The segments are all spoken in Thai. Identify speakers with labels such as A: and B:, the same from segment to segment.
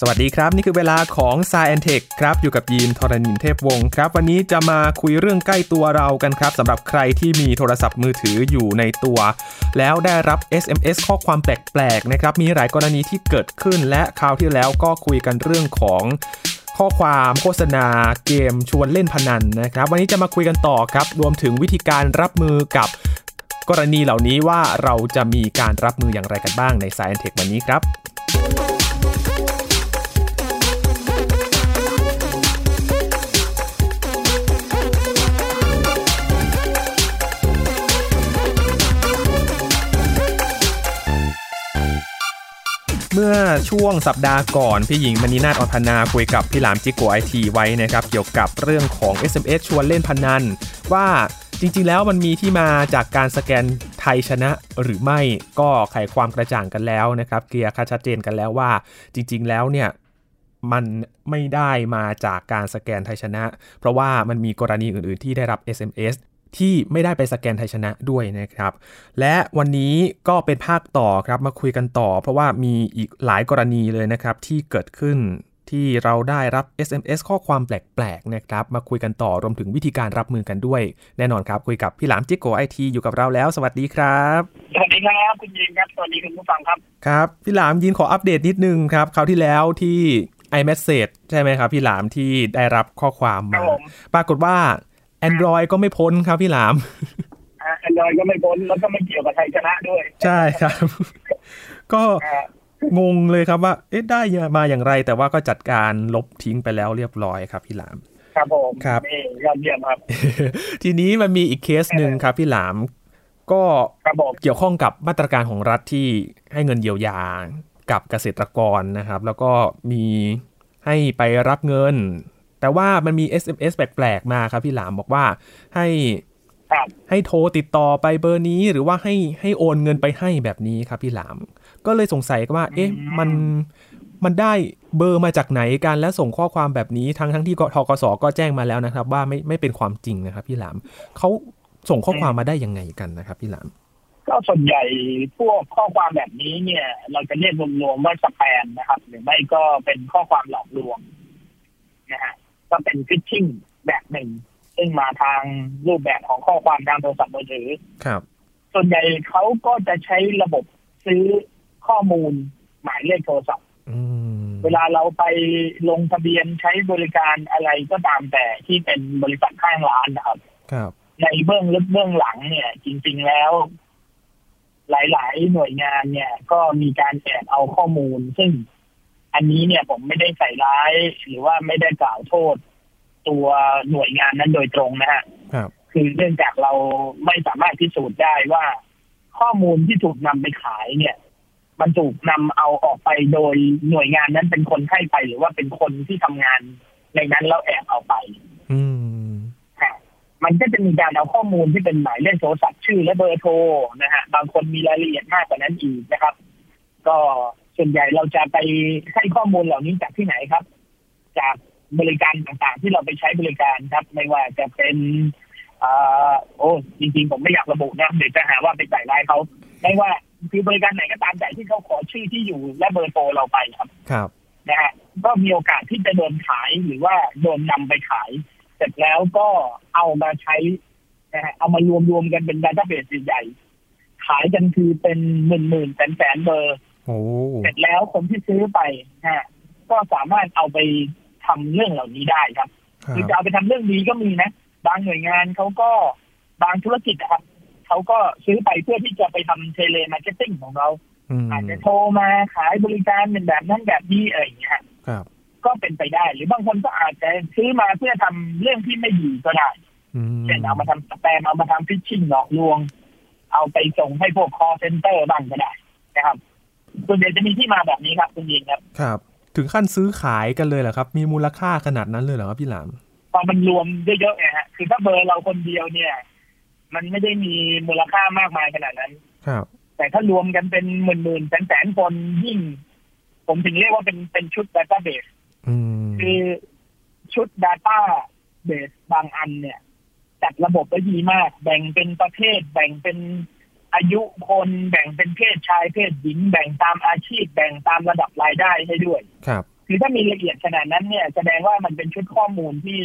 A: สวัสดีครับ นี่คือเวลาของ s ซ e n t e c h ครับอยู่กับยีนทรณินเทพวงศ์ครับ วันนี้จะมาคุยเรื่องใกล้ตัวเรากันครับสำหรับใครที่มีโทรศัพท์มือถืออยู่ในตัว แล้วได้รับ SMS ข้อความแปลกๆนะครับมีหลายกรณีที่เกิดขึ้น และคราวที่แล้วก็คุยกันเรื่องของ ข้อความโฆษณาเกมชวนเล่นพนันนะครับ วันนี้จะมาคุยกันต่อครับ รวมถึงวิธีการรับมือกับกรณีเหล่านี้ว่าเราจะมีการรับมืออย่างไรกันบ้างใน Science Tech วันนี้ครับ เมื่อช่วงสัปดาห์ก่อน พี่หญิงมณีนาฏอรพนาคุยกับพี่หลามจิกโกไอทีไว้นะครับ เกี่ยวกับเรื่องของ SMS ชวนเล่นพนัน ว่าจริงๆแล้วมันมีที่มาจากการสแกนไทยชนะหรือไม่ก็ไขความกระจ่างกันแล้วนะครับเคลียร์ค่าชัดเจนกันแล้วว่า จริง ๆ แล้วเนี่ย มันไม่ได้มาจากการสแกนไทยชนะ เพราะว่ามันมีกรณีอื่นๆ ที่ได้รับ SMS ที่ไม่ได้ไปสแกนไทยชนะด้วยนะครับ และวันนี้ก็เป็นภาคต่อครับมาคุยกันต่อ เพราะว่ามีอีกหลายกรณีเลยนะครับที่เกิดขึ้นที่เราได้รับ SMS ข้อความแปลกๆนะครับมาคุยกันต่อรวมถึงวิธีการรับมือกันด้วย แน่นอนครับ คุยกับพี่หลามจิกโกไอทีอยู่กับเราแล้ว สวัสดีครับ
B: สวัสดีครับคุณยินครับสวัสดีคุณผู้ฟังครับ
A: ครับพี่หลามยินขออัปเดตนิดนึงครับคราวที่แล้วที่ iMessage ใช่ไหมครับ พี่หลามที่ได้รับข้อความ
B: ครั
A: มา
B: บผม
A: ปรากฏว่า Android ก็ไม่พ้นครับพี่หลาม
B: แอนดรอยก็ไม่พ้นแล้วก็ไม่เกี่ยวกับไทยชนะด้วย
A: ใช่ครับ ก็
B: อ่าง
A: งเลยครับว่า เอ๊ะได้มาอย่างไร แต่ว่าก็จัดการลบทิ้งไปแล้วเรียบร้อยครับพี่หลาม
B: ครับผม
A: ครับ
B: นี่ยอดเยี่ยมครับ
A: ทีนี้มันมีอีกเคสหนึ่งครับพี่หลาม ก็
B: ครับผม
A: เกี่ยวข้องกับมาตรการของรัฐที่ให้เงินเยียวยากับเกษตรกรนะครับ แล้วก็มีให้ไปรับเงิน แต่ว่ามันมี SMS แปลกๆมาครับพี่หลามบอกว่าให้
B: ครับ
A: ให้โทรติดต่อไปเบอร์นี้หรือว่าให้ให้โอนเงินไปให้แบบนี้ครับพี่หลาม ก็เลยสงสัยว่า เอ๊ะมันมันได้เบอร์มาจากไหนกันและส่งข้อความแบบนี้ทั้งทั้งที่กทกสก็แจ้งมาแล้วนะครับ ว่าไม่ไม่เป็นความจริงนะครับพี่หลามเขาส่งข้อความมาได้ยังไงกันนะครับพี่หลาม
B: ก็ส่วนใหญ่พวกข้อความแบบนี้เนี่ย เราจะเรียกรวมๆว่าสแปมนะครับ หรือไม่ก็เป็นข้อความหลอกลวงนะฮะก็เป็นฟิชชิ่งแบบหนึ่ง ซึ่งมาทางรูปแบบของข้อความทางโทรศัพท์มือถือ
A: ครับ
B: ส่วนใหญ่เขาก็จะใช้ระบบซื้อข้อมูลหมายเลขโทรศัพท์
A: อืม
B: เวลาเราไปลงทะเบียนใช้บริการอะไรก็ตามแต่ที่เป็นบริษัทข้างร้านนะครับ
A: ครับ
B: ในเบื้องลึกเบื้องหลังเนี่ย จริง ๆแล้ว หลาย ๆ หน่วยงานเนี่ย ก็มีการแอบเอาข้อมูล ซึ่งอันนี้เนี่ยผมไม่ได้ใส่ร้าย หรือว่าไม่ได้กล่าวโทษ ตัวหน่วยงานนั้นโดยตรงนะฮะ
A: ครับ
B: คือเนื่องจากเราไม่สามารถพิสูจน์ได้ว่า ข้อมูลที่ถูกนำไปขายเนี่ย มันถูกนำเอาออกไปโดยหน่วยงานนั้นเป็นคนให้ไป หรือว่าเป็นคนที่ทำงาน ในนั้นแล้วแอบเอาไป
A: อืม
B: ฮะมันก็จะมีการเอาข้อมูลที่เป็นหมายเลขโทรศัพท์ชื่อและเบอร์โทรนะฮะบางคนมีรายละเอียดมากกว่านั้นอีกนะครับ ก็ส่วนใหญ่เราจะไปให้ข้อมูลเหล่านี้จากที่ไหนครับ จากบริการต่างๆ ที่เราไปใช้บริการครับ ไม่ว่าจะเป็นเอ่อโอ้จริงๆผมไม่อยากระบุนะเดี๋ยวจะหาว่าไปใส่ร้ายเขาไม่ว่าคือบริการไหนก็ตามแต่ที่เขาขอชื่อที่อยู่และเบอร์โทรเราไปครับ
A: ครับ
B: นะฮะก็มีโอกาสที่จะโดนขายหรือว่าโดนนำไปขาย เสร็จแล้วก็เอามาใช้นะฮะเอามารวมๆกันเป็นดัตต้าเบสใหญ่ๆขายกันคือเป็นหมื่นๆแสนๆเบอร์
A: โอ้
B: เสร็จแล้วคนที่ซื้อไปนะฮะก็สามารถเอาไปทำเรื่องเหล่านี้ได้ครับ
A: ครั
B: คือจะ
A: บ
B: เอาไปทำเรื่องดีก็มีนะ บางหน่วยงานเขาก็บางธุรกิจนะครับเขาก็ซื้อไปเพื่อที่จะไปทำเทเลมาร์เก็ตติ้งของเรา
A: อืม
B: อาจจะโทรมาขายบริการเป็นแบบนั้นแบบนี้อะไรอย่างเงี้ย
A: ครับ
B: ก็เป็นไปได้ หรือบางคนก็อาจจะซื้อมาเพื่อทำเรื่องที่ไม่ดีก็ได้
A: อืม
B: เช่นเอามาทำสแปมเอามาทำฟิชชิ่งหลอกลวง เอาไปส่งให้พวกคอเซ็นเตอร์บ้างก็ได้นะครับส่วนใหญ่จะมีที่มาแบบนี้ครับคุณยิงครับ
A: ครับ ถึงขั้นซื้อขายกันเลยเหรอครับ มีมูลค่าขนาดนั้นเลยเหรอครับพี่หลาม
B: พอมันรวมเยอะๆเนี่ยฮะคือถ้าเบอร์เราคนเดียวเนี่ย มันไม่ได้มีมูลค่ามากมายขนาดนั้น
A: ครับ
B: แต่ถ้ารวมกันเป็นหมื่นๆแสนๆคนยิ่ง ผมถึงเรียกว่าเป็นเป็นชุด Database
A: อืม
B: คือชุด Data Base บางอันเนี่ย จัดระบบไว้ดีมาก แบ่งเป็นประเภทแบ่งเป็นอายุคนแบ่งเป็นเพศชายเพศหญิง แบ่งตามอาชีพ แบ่งตามระดับรายได้ให้ด้วย
A: ครับ
B: คือถ้ามีละเอียดขนาดนั้นเนี่ยแสดงว่ามันเป็นชุดข้อมูลที่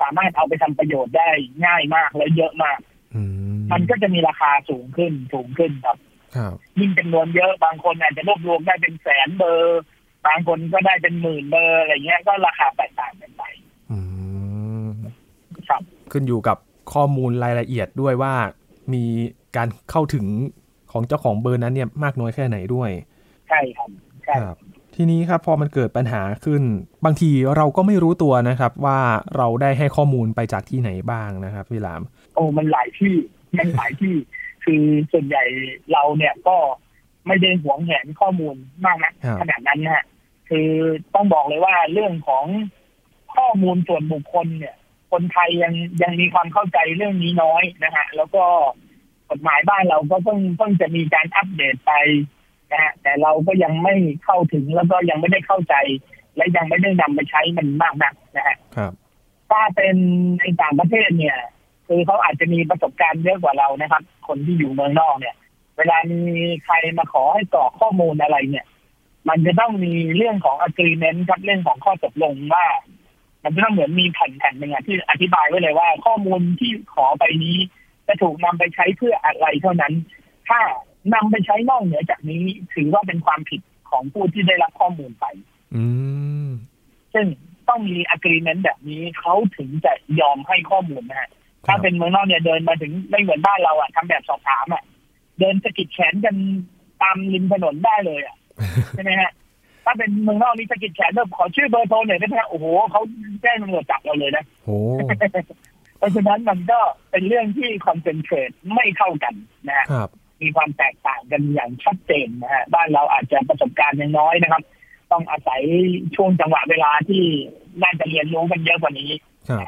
B: สามารถเอาไปทำประโยชน์ได้ง่ายมากและเยอะมาก
A: อืม
B: มันก็จะมีราคาสูงขึ้นสูงขึ้นครับ
A: ครับ
B: ยิ่งจำนวนเยอะบางคนอาจจะรวบรวมได้เป็นแสนเบอร์ บางคนก็ได้เป็นหมื่นเบอร์อะไรเงี้ยก็ราคาแตกต่างกันไป
A: อืม
B: ครับ
A: ขึ้นอยู่กับข้อมูลรายละเอียดด้วยว่า มีการเข้าถึงของเจ้าของเบอร์นั้นเนี่ยมากน้อยแค่ไหนด้วย
B: ใช่ครับใช่
A: ครับทีนี้ครับพอมันเกิดปัญหาขึ้น บางทีเราก็ไม่รู้ตัวนะครับว่าเราได้ให้ข้อมูลไปจากที่ไหนบ้างนะครับพี่หลาม
B: โอ้มันหลายที่มันหลายที่ คือส่วนใหญ่เราเนี่ยก็ไม่ได้หวงแหนข้อมูลมากนะครับ ขนาดนั้นนะฮะคือต้องบอกเลยว่าเรื่องของข้อมูลส่วนบุคคลเนี่ย คนไทยยังยังมีความเข้าใจเรื่องนี้น้อยนะฮะแล้วก็กฎหมายบ้านเราก็เพิ่งเพิ่งจะมีการอัปเดตไปนะฮะแต่เราก็ยังไม่เข้าถึงแล้วก็ยังไม่ได้เข้าใจ และยังไม่ได้นำไปใช้มันมากนักนะฮะ
A: ครับ
B: ถ้าเป็นในต่างประเทศเนี่ย คือเขาอาจจะมีประสบการณ์เยอะกว่าเรานะครับ คนที่อยู่เมืองนอกเนี่ย เวลามีใครมาขอให้กรอกข้อมูลอะไรเนี่ย มันจะต้องมีเรื่องของ agreement ครับเรื่องของข้อตกลงว่า มันจะต้องเหมือนมีแผ่นแผ่นหนึ่งอะที่อธิบายไว้เลยว่า ข้อมูลที่ขอไปนี้ จะถูกนำไปใช้เพื่ออะไรเท่านั้น ถ้านำไปใช้นอกเหนือจากนี้ถือว่าเป็นความผิดของผู้ที่ได้รับข้อมูลไป
A: อืม
B: ซึ่งต้องมี agreement แบบนี้เขาถึงจะยอมให้ข้อมูลนะฮะ
A: ครั
B: ถ้า
A: บ
B: เป็นเมืองนอกเนี่ยเดินมาถึงไม่เหมือนบ้านเราอ่ะทำแบบสอบถามอ่ะเดินสะกิดแขนกันตามริมถนนได้เลย อ่ะ ใช่ไหมฮะถ้าเป็นเมืองนอกนี่สะกิดแขนแบบขอชื่อเบอร์โทรหน่อยได้ไหมฮะโอ้โหเขาแจ้งตำรวจจับเราเลยนะ
A: โห
B: เพราะฉะนั้นมันก็เป็นเรื่องที่คอนเซนเทรตไม่เท่ากันนะฮะ
A: ครับ
B: มีความแตกต่างกันอย่างชัดเจนนะฮะบ้านเราอาจจะประสบการณ์ยังน้อยนะครับ ต้องอาศัยช่วงจังหวะเวลาที่น่าจะเรียนรู้กันเยอะกว่านี้
A: ครับ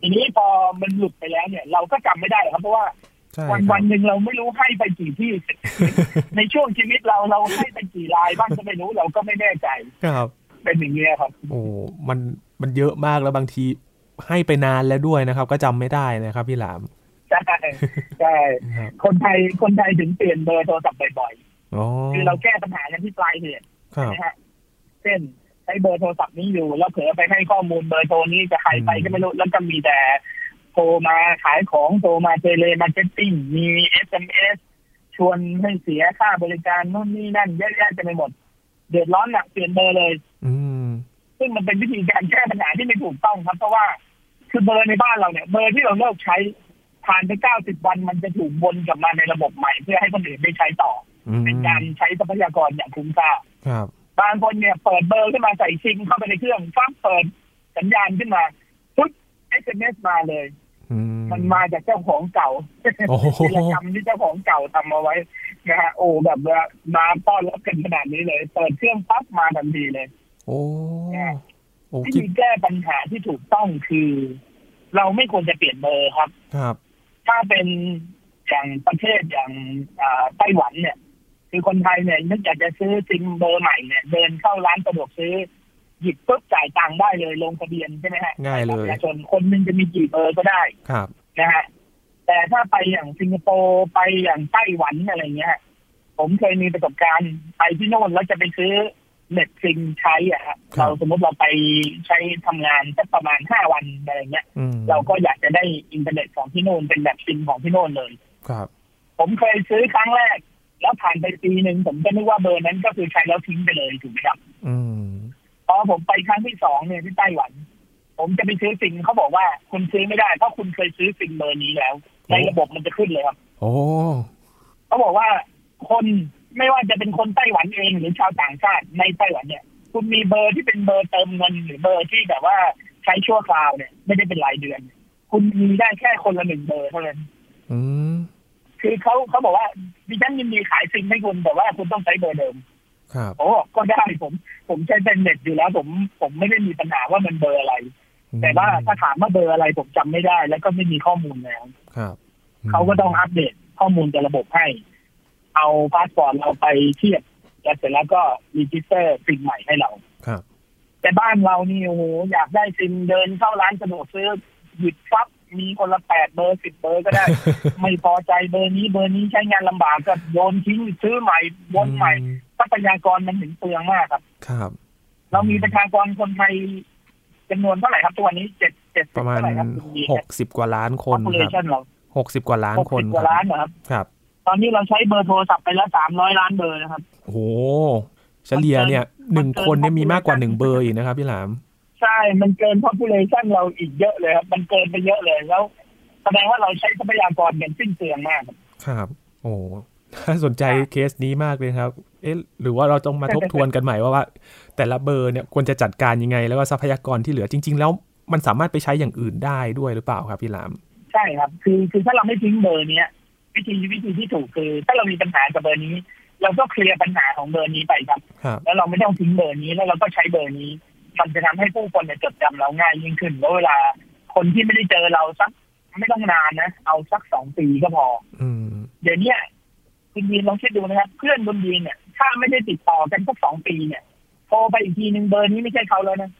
B: ทีนี้พอมันหลุดไปแล้วเนี่ย เราก็จำไม่ได้ครับเพราะว่า
A: ใช่
B: วั
A: ค
B: น
A: รั
B: วั
A: บ
B: นหนึ่งเราไม่รู้ให้ไปกี่ที่ ในช่วงชีวิตเราเราให้ไปกี่รายบ้างก็ไม่รู้เราก็ไม่แน่ใจ
A: ครับ
B: เป็นอย่างนี้ยครับ
A: โอ้มันมันเยอะมากแล้วบางทีให้ไปนานแล้วด้วยนะครับ ก็จำไม่ได้นะครับพี่หลาม
B: ใช่ใช่
A: ครับ
B: คนไทยคนไทยถึงเปลี่ยนเบอร์โทรศัพท์บ่อย
A: อ๋อ
B: ๆคือเราแก้ปัญหากันที่ปลายเหตุ
A: ครับ
B: นะฮะเช่นใช้เบอร์โทรศัพท์นี้อยู่ แล้วเผลอไปให้ข้อมูลเบอร์โทรนี้จะใครไปก็ไม่รู้แล้วก็มีแต่โทรมาขายของโทรมาเทเลมาร์เก็ตติ้งมี SMS ชวนให้เสียค่าบริการนู่นนี่นั่นเยอะแยะจะไปหมด เดือดร้อนหนักเปลี่ยนเบอร์เลย
A: อืม
B: ซึ่งมันเป็นวิธีการแก้ปัญหาที่ไม่ถูกต้องครับ เพราะว่าคือเบอร์ในบ้านเราเนี่ย เบอร์ที่เราเลิกใช้ผ่านไปเก้าสิบวัน มันจะถูกวนกลับมาในระบบใหม่ เพื่อให้คนอื่นได้ใช้ต่อ
A: อืม
B: เป็นการใช้ทรัพยากรอย่างคุ้มค่า
A: ครับ
B: บางคนเนี่ยเปิดเบอร์ขึ้นมาใส่ซิมเข้าไปในเครื่องฟังเปิดสัญญาณขึ้นมาปุ๊บเอสเอ็มเอสมาเลย
A: อืม
B: มันมาจากเจ้าของเก่า
A: โอ้โห
B: พฤติกรรมที่เจ้าของเก่าทำเอาไว้นะฮะโอ้แบบว่ามาต้อนรับกันขนาดนี้เลย เปิดเครื่องปั๊บมาทันทีเลย
A: โอ้โอ้
B: วิ
A: คิด
B: ธีแก้ปัญหาที่ถูกต้องคือ เราไม่ควรจะเปลี่ยนเบอร์ครับ
A: ครับ
B: ถ้าเป็นอย่างประเทศอย่างอ่าไต้หวันเนี่ย คือคนไทยเนี่ยนึกอยากจะซื้อซิมเบอร์ใหม่เนี่ย เดินเข้าร้านสะดวกซื้อ หยิบปุ๊บจ่ายตังค์ได้เลยลงทะเบียนใช่ไหมฮะ
A: ง่ายเล
B: ป
A: ย
B: ระชาชนคนหนึ่งจะมีกี่เบอร์ก็ได้
A: ครับ
B: นะฮะแต่ถ้าไปอย่างสิงคโปร์ไปอย่างไต้หวันอะไรเงี้ย ผมเคยมีประสบการณ์ไปที่โน่นแล้วจะไปซื้อเน็ตซิมใช้อะฮะ
A: ครับ
B: เราสมมติเราไปใช้ทำงานสักประมาณห้าวันอะไรเงี้ย
A: อืม
B: เราก็อยากจะได้อินเทอร์เน็ตของที่โน่นเป็นแบบซิมของที่โน่นเลย
A: ครับ
B: ผมเคยซื้อครั้งแรก แล้วผ่านไปปีหนึ่งผมก็นึกว่าเบอร์นั้นก็คือใช้แล้วทิ้งไปเลยถูกไหมครับ
A: อืม
B: พอผมไปครั้งที่สองเนี่ยที่ไต้หวัน ผมจะไปซื้อซิมเขาบอกว่าคุณซื้อไม่ได้เพราะคุณเคยซื้อซิมเบอร์นี้แล้ว ในระบบมันจะขึ้นเลยครับ
A: โอ้
B: เขาบอกว่าคนไม่ว่าจะเป็นคนไต้หวันเองหรือชาวต่างชาติในไต้หวันเนี่ย คุณมีเบอร์ที่เป็นเบอร์เติมเงินหรือเบอร์ที่แบบว่าใช้ชั่วคราวเนี่ย ไม่ได้เป็นรายเดือน คุณมีได้แค่คนละหนึ่งเบอร์เท่านั้น
A: อืม
B: คือเขาเขาบอกว่าดิฉันยินดีขายซิมให้คุณแต่ว่าคุณต้องใช้เบอร์เดิม
A: ครับ
B: โอ้ก็ได้ผมผมใช้เป็นเน็ตอยู่แล้ว ผมผมไม่ได้มีปัญหาว่ามันเบอร์อะไร
A: อืม
B: แต่ว่าถ้าถามว่าเบอร์อะไรผมจำไม่ได้ แล้วก็ไม่มีข้อมูลแล้ว
A: ครับ
B: เขาก็ต้องอัปเดตข้อมูลกับระบบให้ เอาพาสปอร์ตเราไปเทียบแล้วเสร็จแล้วก็รีจิสเตอร์สิ่งใหม่ให้เรา
A: ครับ
B: แต่บ้านเรานี่โอ้โหอยากได้ซิมเดินเข้าร้านสะดวกซื้อหยิบฟับมีคนละแปดเบอร์สิบเบอร์ก็ ได้ ไม่พอใจเบอร์นี้เบอร์นี้ใช้งานลำบากก็โยนทิ้งซื้อใหม่วนใหม่
A: อืม
B: ทรัพยากรมันถึงเปลืองมากครับ
A: ครับ
B: เรามีประชากรคนไทยจำนวนเท่าไหร่ครับตัวนี้เจ็ดเจ็ดสิบ
A: ประมาณ
B: เท่าไหร่ครับคุณดี
A: หกสิบกว่าล้านคนค
B: population
A: รับ
B: เรา
A: หกสิบกว่าล้าน
B: หก
A: คน
B: สิบก
A: ค
B: ว่า
A: รั
B: ล้า
A: บ
B: นนะครับ
A: ครับ
B: ตอนนี้เราใช้เบอร์โทรศัพท์ไปแล้วสามร้อยล้านเบอร์นะครับ
A: โอ้โหเฉลี่ยเนี่ยหนึ่งคนเนี่ยมีมากกว่าหนึ่งเบอร์อีกนะครับพี่หลาม
B: ใช่ มันเกิน population เราอีกเยอะเลยครับ มันเกินไปเยอะเลยแล้ว แสดงว่าเราใช้ทรัพยากรอย่างสิ้นเปลืองมากครับ
A: ครับ โอ้น่าสนใจเคสนี้มากเลยครับ เอ๊ะ หรือว่าเราต้องมาทบทวนกันใหม่ว่าว่า แต่ละเบอร์เนี่ยควรจะจัดการยังไง แล้วก็ทรัพยากรที่เหลือจริง ๆ แล้วมันสามารถไปใช้อย่างอื่นได้ด้วยหรือเปล่าครับพี่หลาม
B: ใช่ครับ คือคือถ้าเราไม่ทิ้งเบอร์เนี้ยวิธีวิธีที่ถูกคือ ถ้าเรามีปัญหากับเบอร์นี้ เราก็เคลียร์ปัญหาของเบอร์นี้ไปครับ
A: ครับ
B: แล้วเราไม่ต้องทิ้งเบอร์นี้แล้วเราก็ใช้เบอร์นี้ มันจะทำให้ผู้คนเนี่ยจดจำเราง่ายยิ่งขึ้นแล้วเวลาคนที่ไม่ได้เจอเราสักไม่ต้องนานนะ เอาสักสองปีก็พอ
A: อืม
B: เดี๋ยวเนี้ยคุณยีนลองคิดดูนะครับ เพื่อนคุณยีนเนี่ย ถ้าไม่ได้ติดต่อกันสักสองปีเนี่ยโทรไปอีกทีหนึ่งเบอร์นี้ไม่ใช่เขาแล้วนะ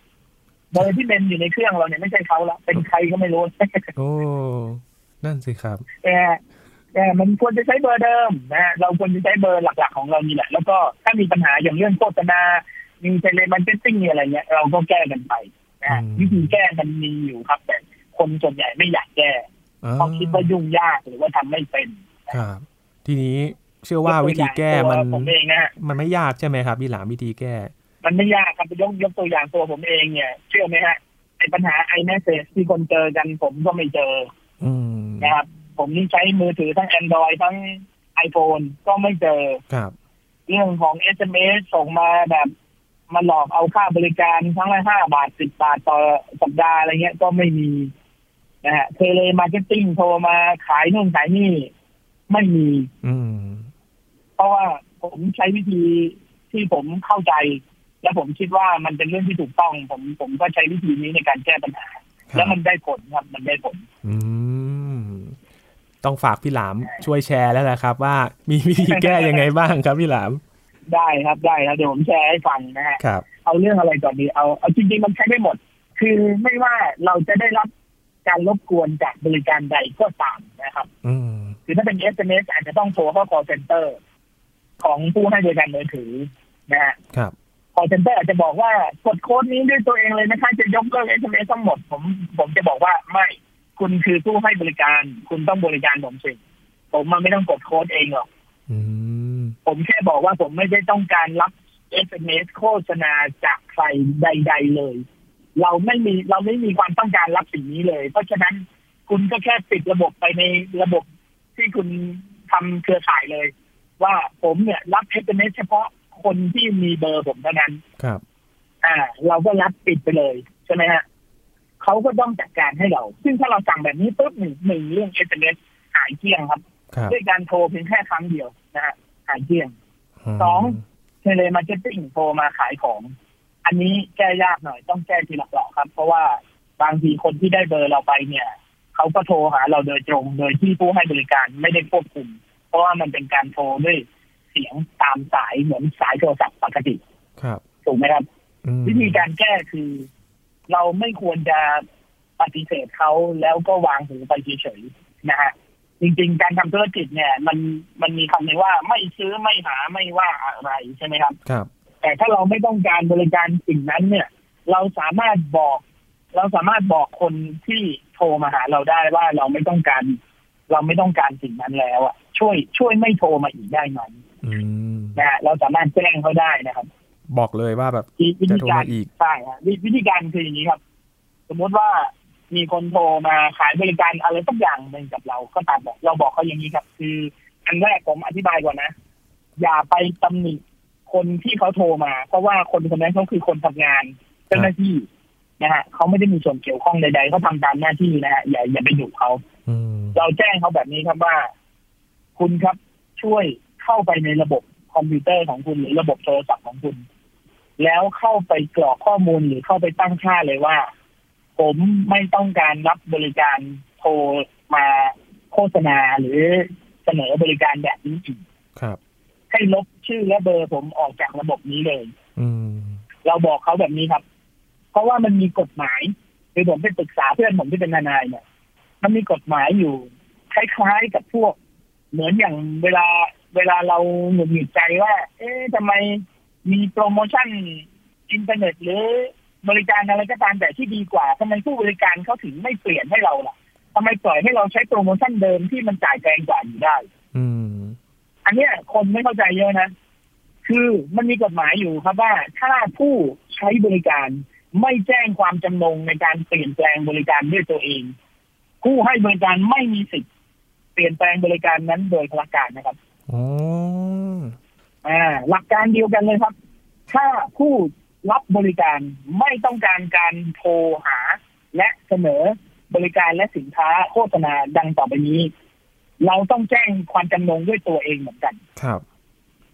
B: เบอร์ที่เป็นอยู่ในเครื่องเราเนี่ยไม่ใช่เขาแล้วเป็นใครก็ไม่รู้
A: โอ้ นั่นสิครับ
B: แต่แต่มันควรจะใช้เบอร์เดิมนะฮะเราควรจะใช้เบอร์หลักๆของเรานี่แหละ แล้วก็ถ้ามีปัญหาอย่างเรื่องโฆษณา มีเทเลมาร์เก็ตติ้งมีอะไรเงี้ยเราก็แก้กันไปนะฮะ
A: อืม
B: วิธีแก้มันมีอยู่ครับ แต่คนส่วนใหญ่ไม่อยากแก้
A: อ่
B: เพราะคิดว่ายุ่งยากหรือว่าทำไม่เป็น
A: ครับ ทีนี้เชื่อว่าวิธีแก้มัน
B: ยตัวอย่างตัวผมเองนะฮะ
A: มันไม่ยากใช่ไหมครับพี่หลามวิธีแก้
B: มันไม่ยากครับยกยกตัวอย่างตัวผมเองเนี่ย เชื่อไหมฮะไอปัญหาไอแมสเซจที่คนเจอกันผมก็ไม่เจอ
A: อืม
B: นะครับ ผมนี่ใช้มือถือทั้ง Android ทั้ง iPhone ก็ไม่เจอ
A: ครับ
B: เรื่องของ SMS ส่งมาแบบมาหลอกเอาค่าบริการครั้งละห้าบาทสิบบาทต่อสัปดาห์อะไรเงี้ยก็ไม่มีนะฮะเทเลมาร์เก็ตติ้งโทรมาขายนู่นขายนี่ไม่มี
A: อืม
B: เพราะว่าผมใช้วิธีที่ผมเข้าใจ และผมคิดว่ามันเป็นเรื่องที่ถูกต้อง ผมผมก็ใช้วิธีนี้ในการแก้ปัญหา
A: ครับ
B: แล้วมันได้ผลครับ มันได้ผล
A: อืม ต้องฝากพี่ห ลามช่วยแชร์แล้วแหละครับ ว่ามีวิธีแก้ยังไงบ้างครับพี่หลาม
B: ได้ครับได้ครับเดี๋ยวผมแชร์ให้ฟังนะฮะ
A: ครับ
B: เอาเรื่องอะไรก่อนดีเอาเอาจริงๆมันใช้ได้หมด คือไม่ว่าเราจะได้รับการรบกวนจากบริการใดก็ตามนะครับ
A: อืม
B: คือถ้าเป็น SMS อาจจะต้องโทรเข้า call center ของผู้ให้บริการมือถือนะฮะ
A: ครับ
B: คอเซนเตอร์อาจจะบอกว่ากดโค้ดนี้ด้วยตัวเองเลยนะคะจะยกเลิก SMS ทั้งหมดผม ผมจะบอกว่าไม่ คุณคือผู้ให้บริการ คุณต้องบริการผมสิผมมันไม่ต้องกดโค้ดเองหรอก
A: อืม
B: ผมแค่บอกว่าผมไม่ได้ต้องการรับ SMS โฆษณาจากใครใด ๆ เลย เราไม่มีเราไม่มีความต้องการรับสิ่งนี้เลย เพราะฉะนั้นคุณก็แค่ปิดระบบไปในระบบที่คุณทำเครือข่ายเลย ว่าผมเนี่ยรับ SMS เฉพาะคนที่มีเบอร์ผมเท่านั้น
A: ครับ
B: อ่าเราก็รับปิดไปเลยใช่ไหมฮะเขาก็ต้องจัดการให้เรา ซึ่งถ้าเราสั่งแบบนี้ปุ๊บหนึ่งหนึ่งเรื่อง SMS หายเกลี้ยงครับ
A: ครับ
B: ด้วยการโทรเพียงแค่ครั้งเดียวนะฮะหายเกลี้ยง
A: ม
B: สอง เทเลมาร์เก็ตติ้งโทรมาขายของ อันนี้แก้ยากหน่อยต้องแก้ทีละเปลาะครับ เพราะว่าบางทีคนที่ได้เบอร์เราไปเนี่ยเขาก็โทรหาเราโดยตรง โดยที่ผู้ให้บริการไม่ได้ควบคุม เพราะว่ามันเป็นการโทรด้วยเสียงตามสายเหมือนสายโทรศัพท์ปกติ
A: ครับ
B: ถูกไหมครับ
A: อืม
B: วิธีการแก้คือ เราไม่ควรจะปฏิเสธเขาแล้วก็วางหูไปเฉยๆนะฮะจริงๆ การทำธุรกิจเนี่ย มันมันมีคำหนึ่งว่าไม่ซื้อไม่หาไม่ว่าอะไรใช่ไหมครับ
A: ครับ
B: แต่ถ้าเราไม่ต้องการบริการสิ่งนั้นเนี่ย เราสามารถบอก เราสามารถบอกคนที่โทรมาหาเราได้ว่าเราไม่ต้องการ เราไม่ต้องการสิ่งนั้นแล้วอะช่วยช่วยไม่โทรมาอีกได้ไหม
A: อืม
B: นะฮะเราสามารถแจ้งเขาได้นะครับ
A: บอกเลยว่าแบบ
B: วิธี
A: จะโท
B: กาม
A: ราร อีก
B: ใช่ฮะวิวิธีการคืออย่างนี้ครับ สมมติว่ามีคนโทรมาขายบริการอะไรสักอย่างหนึ่งกับเราก็ตามบอกเราบอกเขาอย่างนี้ครับ คืออันแรกผมอธิบายก่อนนะ อย่าไปตำหนิคนที่เขาโทรมา เพราะว่าคนคนนั้นเขาคือคนทำงานเจ้าหน้าที่นะฮะเขาไม่ได้มีส่วนเกี่ยวข้องใดๆเขาทำตามหน้าที่นะฮะอย่าอย่าไปดุเขา
A: อืม
B: เราแจ้งเขาแบบนี้ครับว่า คุณครับช่วยเข้าไปในระบบคอมพิวเตอร์ของคุณหรือระบบโทรศัพท์ของคุณ แล้วเข้าไปกรอกข้อมูลหรือเข้าไปตั้งค่าเลยว่า ผมไม่ต้องการรับบริการโทรมาโฆษณาหรือเสนอบริการแบบนี้อีก
A: ครับ
B: ให้ลบชื่อและเบอร์ผมออกจากระบบนี้เลย
A: อืม
B: เราบอกเขาแบบนี้ครับ เพราะว่ามันมีกฎหมายคือผมไปปรึกษาเพื่อนผมที่เป็นทนายเนี่ย มันมีกฎหมายอยู่คล้ายๆกับพวก เหมือนอย่างเวลาเวลาเราหงุดหงิดใจว่า เอ๊ะทำไมมีโปรโมชั่น อินเทอร์เน็ตหรือบริการอะไรก็ตามแต่ที่ดีกว่าทำไมผู้บริการเขาถึงไม่เปลี่ยนให้เราล่ะทำไมปล่อยให้เราใช้โปรโมชั่นเดิมที่มันจ่ายแพงกว่าอยู่ได้
A: อืม
B: อันเนี้ยคนไม่เข้าใจเยอะนะ คือมันมีกฎหมายอยู่ครับว่าถ้าผู้ใช้บริการไม่แจ้งความจำนงในการเปลี่ยนแปลงบริการด้วยตัวเอง ผู้ให้บริการไม่มีสิทธิ์เปลี่ยนแปลงบริการนั้นโดยพลการนะครับ
A: อ๋อ
B: อ่า หลักการเดียวกันเลยครับ ถ้าผู้รับบริการไม่ต้องการการโทรหา และเสนอบริการและสินค้าโฆษณาดังต่อไปนี้ เราต้องแจ้งความจำนงด้วยตัวเองเหมือนกัน
A: ครับ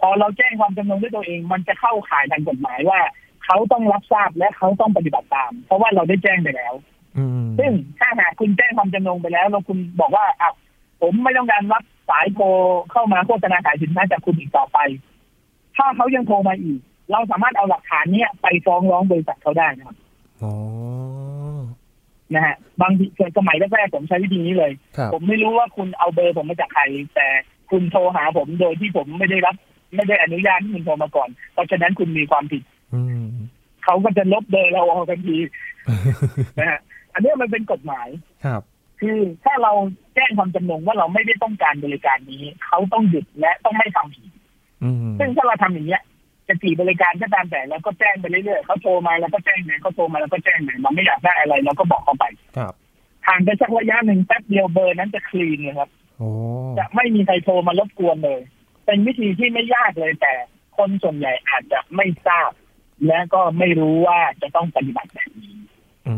B: พอเราแจ้งความจำนงด้วยตัวเอง มันจะเข้าข่ายทางกฎหมายว่า เขาต้องรับทราบและเขาต้องปฏิบัติตาม เพราะว่าเราได้แจ้งไปแล้ว
A: อืม
B: ซึ่งถ้าหากคุณแจ้งความจำนงไปแล้วแล้วคุณบอกว่าอ่ะผมไม่ต้องการรับสายโทรเข้ามาโฆษณาขายสินค้าจากคุณอีกต่อไป ถ้าเขายังโทรมาอีก เราสามารถเอาหลักฐานเนี้ยไปฟ้องร้องบริษัทเขาได้นะครับ
A: อ๋อ
B: นะฮะบางทีเกิดสมัยแรกๆผมใช้วิธีนี้เลย
A: ครับ
B: ผมไม่รู้ว่าคุณเอาเบอร์ผมมาจากใคร แต่คุณโทรหาผมโดยที่ผมไม่ได้รับ ไม่ได้อนุญาตให้คุณโทรมาก่อน เพราะฉะนั้นคุณมีความผิด
A: อืม
B: เขาก็จะลบเบอร์เราออกทันที นะฮะ อันเนี้ยมันเป็นกฎหมาย
A: ครับ
B: คือถ้าเราแจ้งความจำนงว่าเราไม่ได้ต้องการบริการนี้ เขาต้องหยุดและต้องไม่ทำผิด
A: อืม
B: ซึ่งถ้าเราทำอย่างเงี้ยจะกี่บริการก็ตามแต่เราก็แจ้งไปเรื่อยๆเขาโทรมาเราก็แจ้งไปเขาโทรมาเราก็แจ้งไปมันไม่อยากได้อะไรเราก็บอกเขาไป
A: ครับ
B: ห่างไปสักระยะหนึ่งแป๊บเดียวเบอร์นั้นจะคลีนเลยครับ
A: โอ้
B: จะไม่มีใครโทรมารบกวนเลย เป็นวิธีที่ไม่ยากเลยแต่คนส่วนใหญ่อาจจะไม่ทราบ และก็ไม่รู้ว่าจะต้องปฏิบัติแบบนี้
A: อื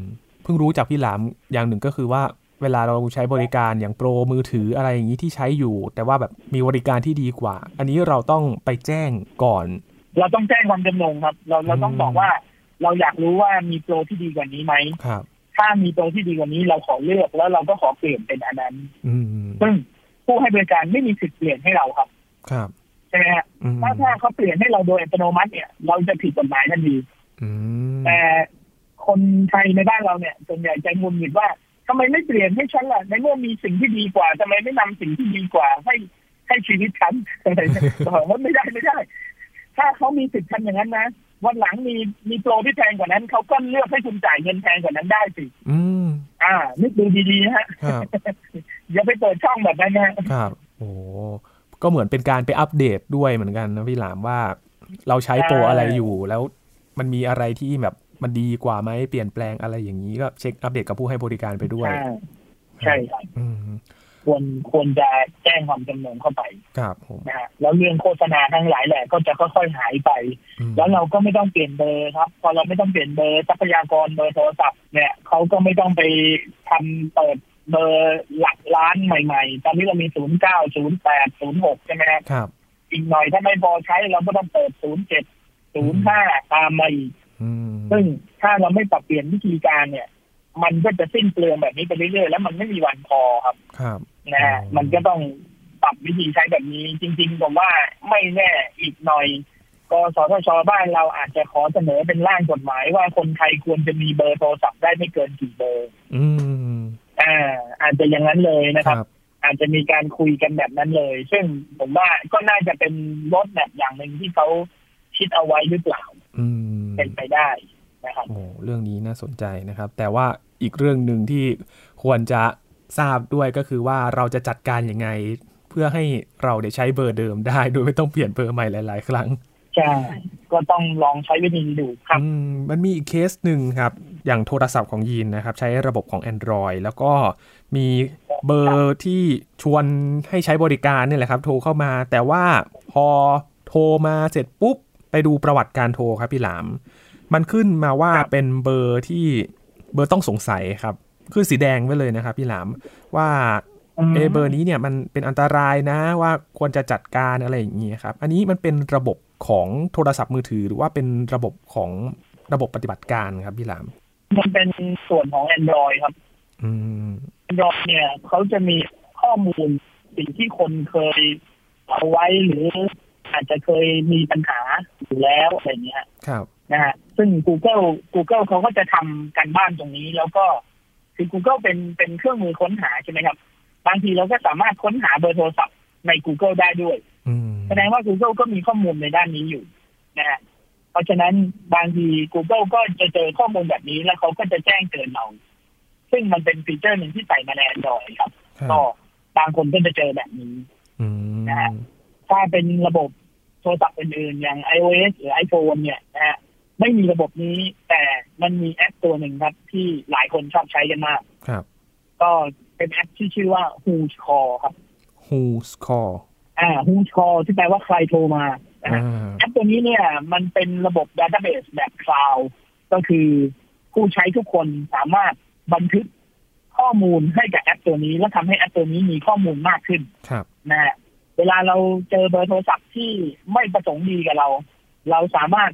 A: ม เพิ่งรู้จากพี่หลามอย่างหนึ่งก็คือว่า เวลาเราใช้บริการอย่างโปรมือถืออะไรอย่างนี้ที่ใช้อยู่ แต่ว่าแบบมีบริการที่ดีกว่า อันนี้เราต้องไปแจ้งก่อน
B: เราต้องแจ้งความจำนงครับ เราเราต้อง
A: อืม
B: บอกว่า เราอยากรู้ว่ามีโปรที่ดีกว่านี้ไหม
A: ครับ
B: ถ้ามีโปรที่ดีกว่านี้เราขอเลือกแล้วเราก็ขอเปลี่ยนเป็นอันนั้น
A: อืม
B: ซึ่งผู้ให้บริการไม่มีสิทธิ์เปลี่ยนให้เราครับ
A: ครับ
B: ใช่ไหมฮะ
A: อืม
B: ถ้าถ้าเขาเปลี่ยนให้เราโดยอัตโนมัติเนี่ย เราจะผิดกฎหมายทันที
A: อืม
B: แต่คนไทยในบ้านเราเนี่ยส่วนใหญ่ใจงุนหงิดว่าทำไมไม่เปลี่ยนให้ฉันล่ะในเมื่อมีสิ่งที่ดีกว่าทำไมไม่นำสิ่งที่ดีกว่า ให้ให้ชีวิตฉัน บอกว่าไม่ได้ไม่ได้ ถ้าเขามีสิทธิ์ทำอย่างนั้นนะวันหลังมีมีโปรที่แพงกว่านั้นเขาก็เลือกให้คุณจ่ายเงินแพงกว่านั้นได้สิ
A: อืม
B: อ่านึกดูดีๆนะฮะ
A: ครับ
B: อย่าไปเปิดช่องแบบนั้นนะฮะ
A: ครับ โอ้ ก็เหมือนเป็นการไปอัปเดตด้วยเหมือนกันนะพี่หลามว่า เราใช้โปรอะไรอยู่แล้วมันมีอะไรที่แบบมันดีกว่าไหมเปลี่ยนแปลงอะไรอย่างนี้ก็เช็คอัปเดตกับผู้ให้บริการไปด้วย
B: อ่าใช่ครับ
A: อืม
B: ควรควรจะแจ้งความจำนงเข้าไป
A: ครับผม
B: นะฮะแล้วเรื่องโฆษณาทั้งหลายแหละก็จะค่อยๆหายไป
A: อืม
B: แล้วเราก็ไม่ต้องเปลี่ยนเบอร์ครับ พอเราไม่ต้องเปลี่ยนเบอร์ทรัพยากรเบอร์โทรศัพท์เนี่ยเขาก็ไม่ต้องไปทำเปิดเบอร์หลักล้านใหม่ๆ ตอนนี้เรามี 09 08 06 ใช่ไหมครับ
A: ครับ
B: อีกหน่อยถ้าไม่พอใช้เราก็ต้องเปิด 07 05 ตามมาอีก
A: อืม
B: ซึ่งถ้าเราไม่ปรับเปลี่ยนวิธีการเนี่ย มันก็จะสิ้นเปลืองแบบนี้ไปเรื่อยๆ แล้วมันไม่มีวันพอครับ
A: ครับ
B: นะฮะ
A: อืม
B: มันก็ต้องปรับวิธีใช้แบบนี้ จริงๆผมว่าไม่แน่อีกหน่อยกสทชบ้านเราอาจจะขอเสนอเป็นร่างกฎหมายว่าคนไทยควรจะมีเบอร์โทรศัพท์ได้ไม่เกินกี่เบอร์
A: อืม
B: อ่าอาจจะอย่างนั้นเลยนะ
A: ค
B: ค
A: รั
B: รับ
A: บ
B: อาจจะมีการคุยกันแบบนั้นเลย ซึ่งผมว่าก็น่าจะเป็นรถแบบอย่างหนึ่งที่เขาคิดเอาไว้หรือเปล่า
A: อืม
B: เป็นไปได้นะครับ
A: โอ้เรื่องนี้น่าสนใจนะครับ แต่ว่าอีกเรื่องหนึ่งที่ควรจะทราบด้วยก็คือว่าเราจะจัดการยังไง เพื่อให้เราได้ใช้เบอร์เดิมได้ โดยไม่ต้องเปลี่ยนเบอร์ใหม่หลาย ๆ ครั้ง
B: ใช่ก็ต้องลองใช้วิธีดูครับ
A: อืมมันมีอีกเคสหนึ่งครับ อย่างโทรศัพท์ของยีนนะครับ ใช้ระบบของ Android แล้วก็มีเบอร์ที่ชวนให้ใช้บริการเนี่ยแหละครับ โทรเข้ามา แต่ว่าพอโทรมาเสร็จปุ๊บ ไปดูประวัติการโทรครับพี่หลาม มันขึ้นมาว่า
B: ครับ
A: เป็นเบอร์ที่เบอร์ต้องสงสัยครับขึ้นสีแดงไว้เลยนะครับพี่หลามว่าเอะเบอร์นี้เนี่ยมันเป็นอันตรายนะว่าควรจะจัดการอะไรอย่างนี้ยครับ อันนี้มันเป็นระบบของโทรศัพท์มือถือ หรือว่าเป็นระบบของระบบปฏิบัติการครับพี่หลาม
B: มันเป็นส่วนของ Android ครับ
A: อืม
B: Android เนี่ยเขาจะมีข้อมูลสิ่งที่คนเคยเอาไว้หรืออาจจะเคยมีปัญหาอยู่แล้วอะไรเงี้ย
A: ครับ
B: นะฮะซึ่ง Google Google เขาก็จะทำการบ้านตรงนี้แล้วก็คือ Google เป็นเป็นเครื่องมือค้นหาใช่ไหมครับ บางทีเราก็สามารถค้นหาเบอร์โทรศัพท์ใน Google ได้ด้วย
A: อืม
B: แสดงว่า Google ก็มีข้อมูลในด้านนี้อยู่นะฮะ เพราะฉะนั้นบางที Google ก็จะเจอข้อมูลแบบนี้แล้วเขาก็จะแจ้งเตือนเรา ซึ่งมันเป็นฟีเจอร์หนึ่งที่ใส่มาใน Android ครับ
A: ครับ
B: ก็บางคนก็จะเจอแบบนี้
A: อืม
B: ถ้าเป็นระบบโทรศัพท์อื่นๆ อย่าง iOS หรือ iPhone เนี่ยนะฮะไม่มีระบบนี้ แต่มันมีแอปตัวหนึ่งครับ ที่หลายคนชอบใช้กันมาก
A: ครับ
B: ก็เป็นแอปที่ชื่อว่า Who's Call ครับ
A: Who's call
B: อ่า Who's Call ที่แปลว่าใครโทรมานะฮะ
A: อ่า
B: แอปตัวนี้เนี่ยมันเป็นระบบดัต a ต a s เบสแบบคลาวก็คือผู้ใช้ทุกคนสามารถบันทึกข้อมูลให้กับแอปตัวนี้ และทำให้แอปตัวนี้มีข้อมูลมากขึ้น
A: ครับ
B: นะฮะเวลาเราเจอเบอร์โทรศัพท์ที่ไม่ประสงค์ดีกับเรา เราสามารถ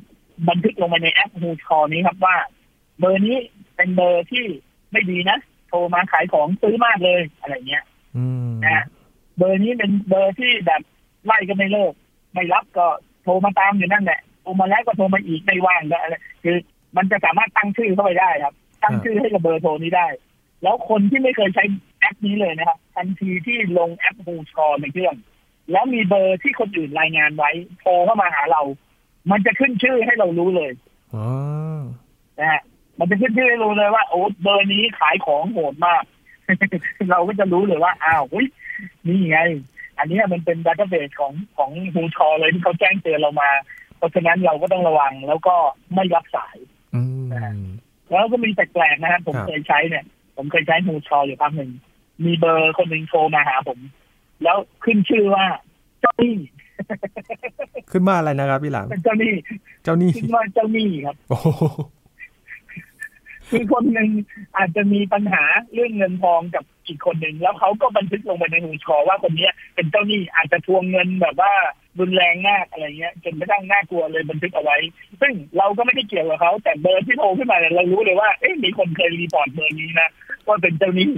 B: บันทึกลงไปในแอปฮูคอนี้ครับว่า เบอร์นี้เป็นเบอร์ที่ไม่ดีนะ โทรมาขายของซื้อมากเลยอะไรเงี้ย
A: อืม
B: นะฮะเบอร์นี้เป็นเบอร์ที่แบบไล่ก็ไม่เลิก ไม่รับก็โทรมาตามอยู่นั่นแหละโทรมาแล้วก็โทรมาอีกไม่ว่างก็อะไรคือมันจะสามารถตั้งชื่อเข้าไปได้ครับ ตั้งชื่อให้กับเบอร์โทรนี้ได้ แล้วคนที่ไม่เคยใช้แอปนี้เลยนะครับทันทีที่ลงแอปฮูชอในเครื่อง แล้วมีเบอร์ที่คนอื่นรายงานไว้โทรเข้ามาหาเรา มันจะขึ้นชื่อให้เรารู้เลย
A: อ๋อ
B: นะฮะมันจะขึ้นชื่อให้รู้เลยว่าโอ้เบอร์นี้ขายของโหดมาก เราก็จะรู้เลยว่าอ้าวอุ๊ยนี่ไง อันเนี้ยมันเป็นดัตเตอร์เบสของของฮูชอเลยที่เขาแจ้งเตือนเรามา เพราะฉะนั้นเราก็ต้องระวังแล้วก็ไม่รับสาย
A: อืม
B: แล้วก็มีแปลกๆนะครับผม
A: ครับ
B: เคยใช้เนี่ย ผมเคยใช้ฮูชออยู่ครั้งหนึ่งมีเบอร์คนหนึ่งโทรมาหาผม แล้วขึ้นชื่อว่าเจ้าหนี้
A: ขึ้นมาอะไรนะครับพี่หลาม
B: เป็นเจ้าหนี้
A: เจ้าหนี่
B: คิดว่าเจ้าหนี้ครับ
A: โอ้โห
B: คือคนหนึ่งอาจจะมีปัญหาเรื่องเงินทองกับอีกคนหนึ่งแล้วเขาก็บันทึกลงไปในหูชอว่าคนเนี้ยเป็นเจ้าหนี้อาจจะทวงเงินแบบว่ารุนแรงมากอะไรเงี้ยจนกระทั่งน่ากลัวเลยบันทึกเอาไว้ ซึ่งเราก็ไม่ได้เกี่ยวกับเขาแต่เบอร์ที่โทรขึ้นมาเนี่ยเรารู้เลยว่าเอ๊ะมีคนเคยรีพอร์ตเบอร์นี้นะว่าเป็นเจ้า หนี้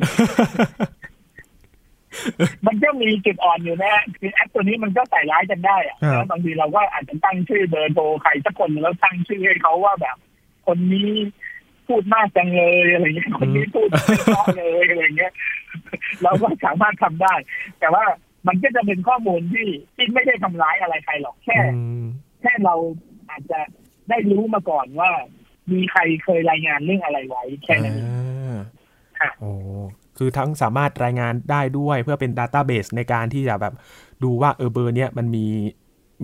B: มันก็มีจุดอ่อนอยู่นะฮะคือแอปตัวนี้มันก็ใส่ร้ายกันได้อะแล้วบางทีเราก็อาจจะตั้งชื่อเบอร์โทรใครสักคนแล้วตั้งชื่อให้เขาว่าแบบ คนนี้พูดมากจังเลยอะไรเงี้ยคนนี้พูดไม่เพราะเลยอะไรเงี้ย เราก็สามารถทำได้ แต่ว่ามันก็จะเป็นข้อมูลที่ที่ไม่ได้ทำร้ายอะไรใครหรอกแค่
A: อืม
B: แค่เราอาจจะได้รู้มาก่อนว่า มีใครเคยรายงานเรื่องอะไรไว้แค่นั้นเอง
A: อ่า
B: ค่ะ
A: โอ้คือทั้งสามารถรายงานได้ด้วยเพื่อเป็นดัต a ้าเบสในการที่จะแบบดูว่าเออเบอร์เนี้ยมันมี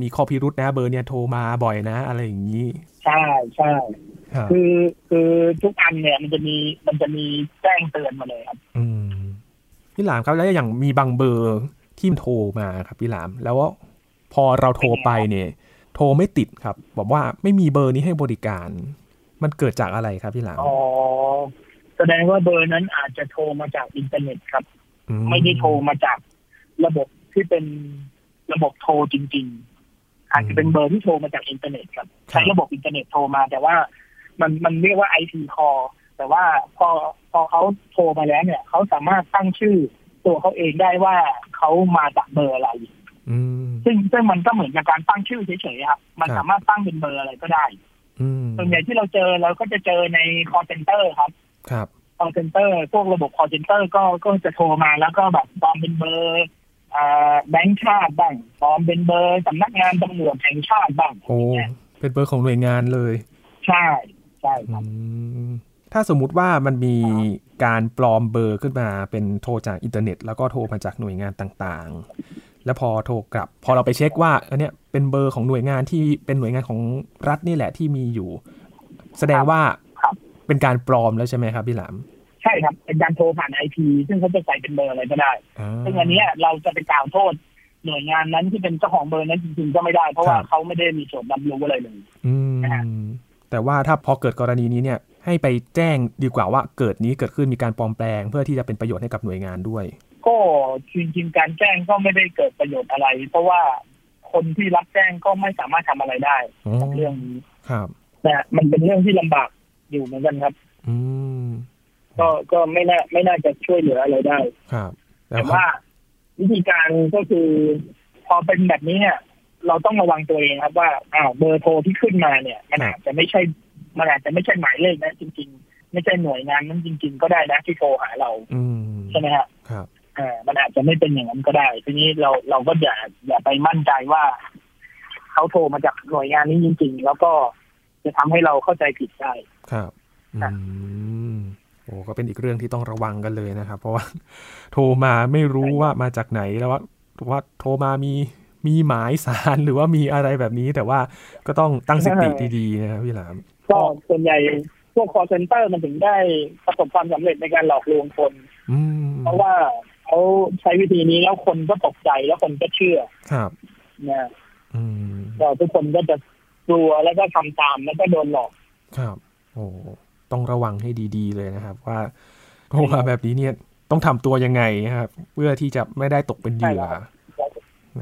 A: มีข้อพิรุษนะเบอร์เนี้ยโทรมาบ่อยนะอะไรอย่างนี้
B: ใช่ใช่
A: ครับ
B: คือคือทุกอันเนี่ยมันจะมีมันจะมีแจ้งเตือนมาเลยครับ
A: อืมพี่หลามครับแล้วอย่างมีบางเบอร์ที่โทรมาครับพี่หลาม แล้วพอเราโทรไปเนี่ย โทรไม่ติดครับ บอกว่าไม่มีเบอร์นี้ให้บริการ มันเกิดจากอะไรครับพี่หลาม
B: อ๋อ แสดงว่าเบอร์นั้นอาจจะโทรมาจากอินเทอร์เน็ตครับ
A: อื
B: ไม่ได้โทรมาจากระบบที่เป็นระบบโทรจริง ๆ อาจจะเป็นเบอร์ที่โทรมาจากอินเทอร์เน็ตครับ ใช้ระบบอินเทอร์เน็ตโทรมา แต่ว่ามันมันเรียกว่า IP call แต่ว่าพอพอเขาโทรมาแล้วเนี่ยเขาสามารถตั้งชื่อตัวเขาเองได้ว่าเขามาจากเบอร์อะไร
A: อืม
B: ซึ่งซึ่งมันก็เหมือนกับการตั้งชื่อเฉยๆครับ มัน
A: ครับ
B: สามารถตั้งเป็นเบอร์อะไรก็ได้
A: อืม
B: ส่วนใหญ่ที่เราเจอเราก็จะเจอใน call center ครับ
A: ครับ
B: call center พวกระบบ call center ก็ก็จะโทรมาแล้วก็แบบปลอมเป็นเบอร์อ่าแบงค์ชาติบ้างปลอมเป็นเบอร์สำนักงานตำรวจแห่งชาติบ้าง
A: โอ้ เป็นเบอร์ของหน่วยงานเลย
B: ใช่ใช่ครับ
A: ถ้าสมมุติว่ามันมีการปลอมเบอร์ขึ้นมาเป็นโทรจากอินเทอร์เน็ต แล้วก็โทรมาจากหน่วยงานต่างๆ แล้วพอโทรกลับ พอเราไปเช็คว่าอันเนี้ยเป็นเบอร์ของหน่วยงานที่เป็นหน่วยงานของรัฐนี่แหละที่มีอยู่ แสดงว่า
B: ครับ
A: เป็นการปลอมแล้วใช่ไหมครับพี่หลาม
B: ใช่ครับเป็นการโทรผ่าน IP ซึ่งเขาจะใส่เป็นเบอร์อะไรก็ได้
A: า
B: ซึ่งอันเนี้ยเราจะไปกล่าวโทษหน่วยงานนั้นที่เป็นเจ้าของเบอร์นั้นจริงๆก็ไม่ได้ เพราะว่า
A: ครับ
B: เขาไม่ได้มีส่วนรับรู้อะไรเลย
A: อื
B: นะฮะ
A: มแต่ว่าถ้าพอเกิดกรณีนี้เนี่ย ให้ไปแจ้งดีกว่าว่าเกิดนี้เกิดขึ้นมีการปลอมแปลง เพื่อที่จะเป็นประโยชน์ให้กับหน่วยงานด้วย
B: ก็จริงๆการแจ้งก็ไม่ได้เกิดประโยชน์อะไร เพราะว่าคนที่รับแจ้งก็ไม่สามารถทำอะไรได้
A: อ๋อ
B: กับเรื่องนี้
A: ครับ
B: นะฮะมันเป็นเรื่องที่ลำบากอยู่เหมือนกันครับ
A: อืม
B: ก็ก็ไม่น่าไม่น่าจะช่วยเหลืออะไรได้
A: ครับ
B: แต่ว่าวิธีการก็คือพอเป็นแบบนี้เนี่ยเราต้องระวังตัวเองครับว่าอ้าวเบอร์โทรที่ขึ้นมาเนี่ย มันอาจจะไม่ใช่มันอาจจะไม่ใช่หมายเลขนะจริง ๆ ไม่ใช่หน่วยงานนั้นจริง ๆ ก็ได้นะที่โทรหาเรา
A: อืม
B: ใช่ไหมฮะ
A: ครับ
B: เอ่อมันอาจจะไม่เป็นอย่างนั้นก็ได้ ทีนี้เราเราก็อย่าอย่าไปมั่นใจว่าเขาโทรมาจากหน่วยงานนี้จริง ๆ แล้วก็ จะทำให้เราเข้าใจผิดได้
A: ครับอื
B: ค่ะ
A: มโอ้ก็เป็นอีกเรื่องที่ต้องระวังกันเลยนะครับ เพราะว่า โทรมาไม่รู้ว่ามาจากไหนแล้วว่าว่าโทรมามีมีหมายสาร หรือว่ามีอะไรแบบนี้ แต่ว่าก็ต้องตั้งสติดีๆนะครับพี่หลาม
B: ก็ส่วนใหญ่พวกคอเซ็นเตอร์มันถึงได้ประสบความสำเร็จในการหลอกลวงคน
A: อืม
B: เพราะว่าเขาใช้วิธีนี้แล้วคนก็ตกใจแล้วคนก็เชื่อ
A: ครับ
B: นะ
A: อืม
B: เราทุกคนก็จะกลัวแล้วก็ทำตามแล้วก็โดนหลอก
A: ครับ โอ้ต้องระวังให้ดี ๆ เลยนะครับ ว่าโทรมาแบบนี้เนี่ยต้องทำตัวยังไงนะครับ เพื่อที่จะไม่ได้ตกเป็นเหยื่อ
B: ใช่ครับ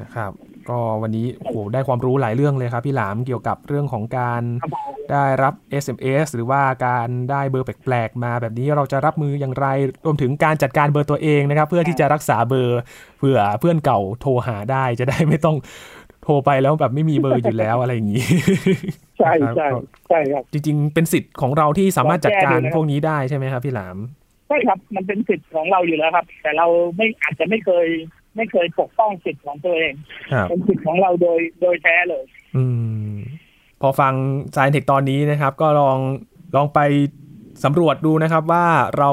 A: นะครับ ก็วันนี้โอ้โหได้ความรู้หลายเรื่องเลยครับ พี่หลามเกี่ยวกับเรื่องของการ
B: ครับผม
A: ได้รับ SMS หรือว่าการได้เบอร์แปลกๆมาแบบนี้เราจะรับมืออย่างไรรวมถึงการจัดการเบอร์ตัวเองนะครับ เพื่อที่จะรักษาเบอร์เผื่อเพื่อนเก่าโทรหาได้จะได้ไม่ต้องโทรไปแล้วแบบไม่มีเบอร์อยู่แล้วอะไรอย่างนี้
B: ใช่
A: ครับ
B: ใช่ใช่ครับ
A: จริง ๆ เป็นสิทธิ์ของเราที่สามารถจัดการ
B: แก้ด้วยนะครับ
A: พวกนี้ได้ใช่ไหมครับ พี่หลาม
B: ใช่ครับ มันเป็นสิทธิ์ของเราอยู่แล้วครับ แต่เราไม่อาจจะไม่เคย ไม่เคยปกป้องสิทธิ์ของตัวเอง
A: ครับ
B: เป็นสิทธิ์ของเราโดยโดยแท้เลย
A: อืม พอฟัง s ายเทคตอนนี้นะครับ ก็ลองลองไปสำรวจดูนะครับว่าเรา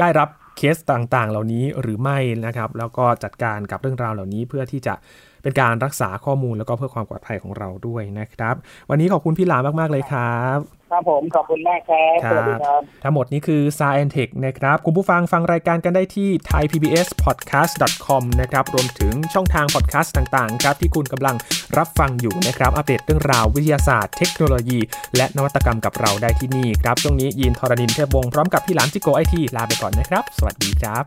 A: ได้รับเคสต่างๆ เหล่านี้หรือไม่นะครับ แล้วก็จัดการกับเรื่องราวเหล่านี้เพื่อที่จะเป็นการรักษาข้อมูลแล้วก็เพื่อความปลอดภัยของเราด้วยนะครับ วันนี้ขอบคุณพี่หลามมากๆเลยครับ
B: ครับผมขอบคุณมากครับสวัสดีครับ
A: ทั้งหมดนี้คือ s าย Tech นะครับ คุณผู้ฟังฟังรายการกันได้ที่ thaipbspodcast.com นะครับ รวมถึงช่องทาง podcast ต่างๆ ครับ ที่คุณกำลังรับฟังอยู่นะครับ อัปเดตเรื่องราววิทยาศาสตร์ เทคโนโลยี และนวัตกรรมกับเราได้ที่นี่ครับ ช่วงนี้ยินทรณินเทพวงศ์พร้อมกับพี่หลามจิโกไอทีลาไปก่อนนะครับ สวัสดีครับ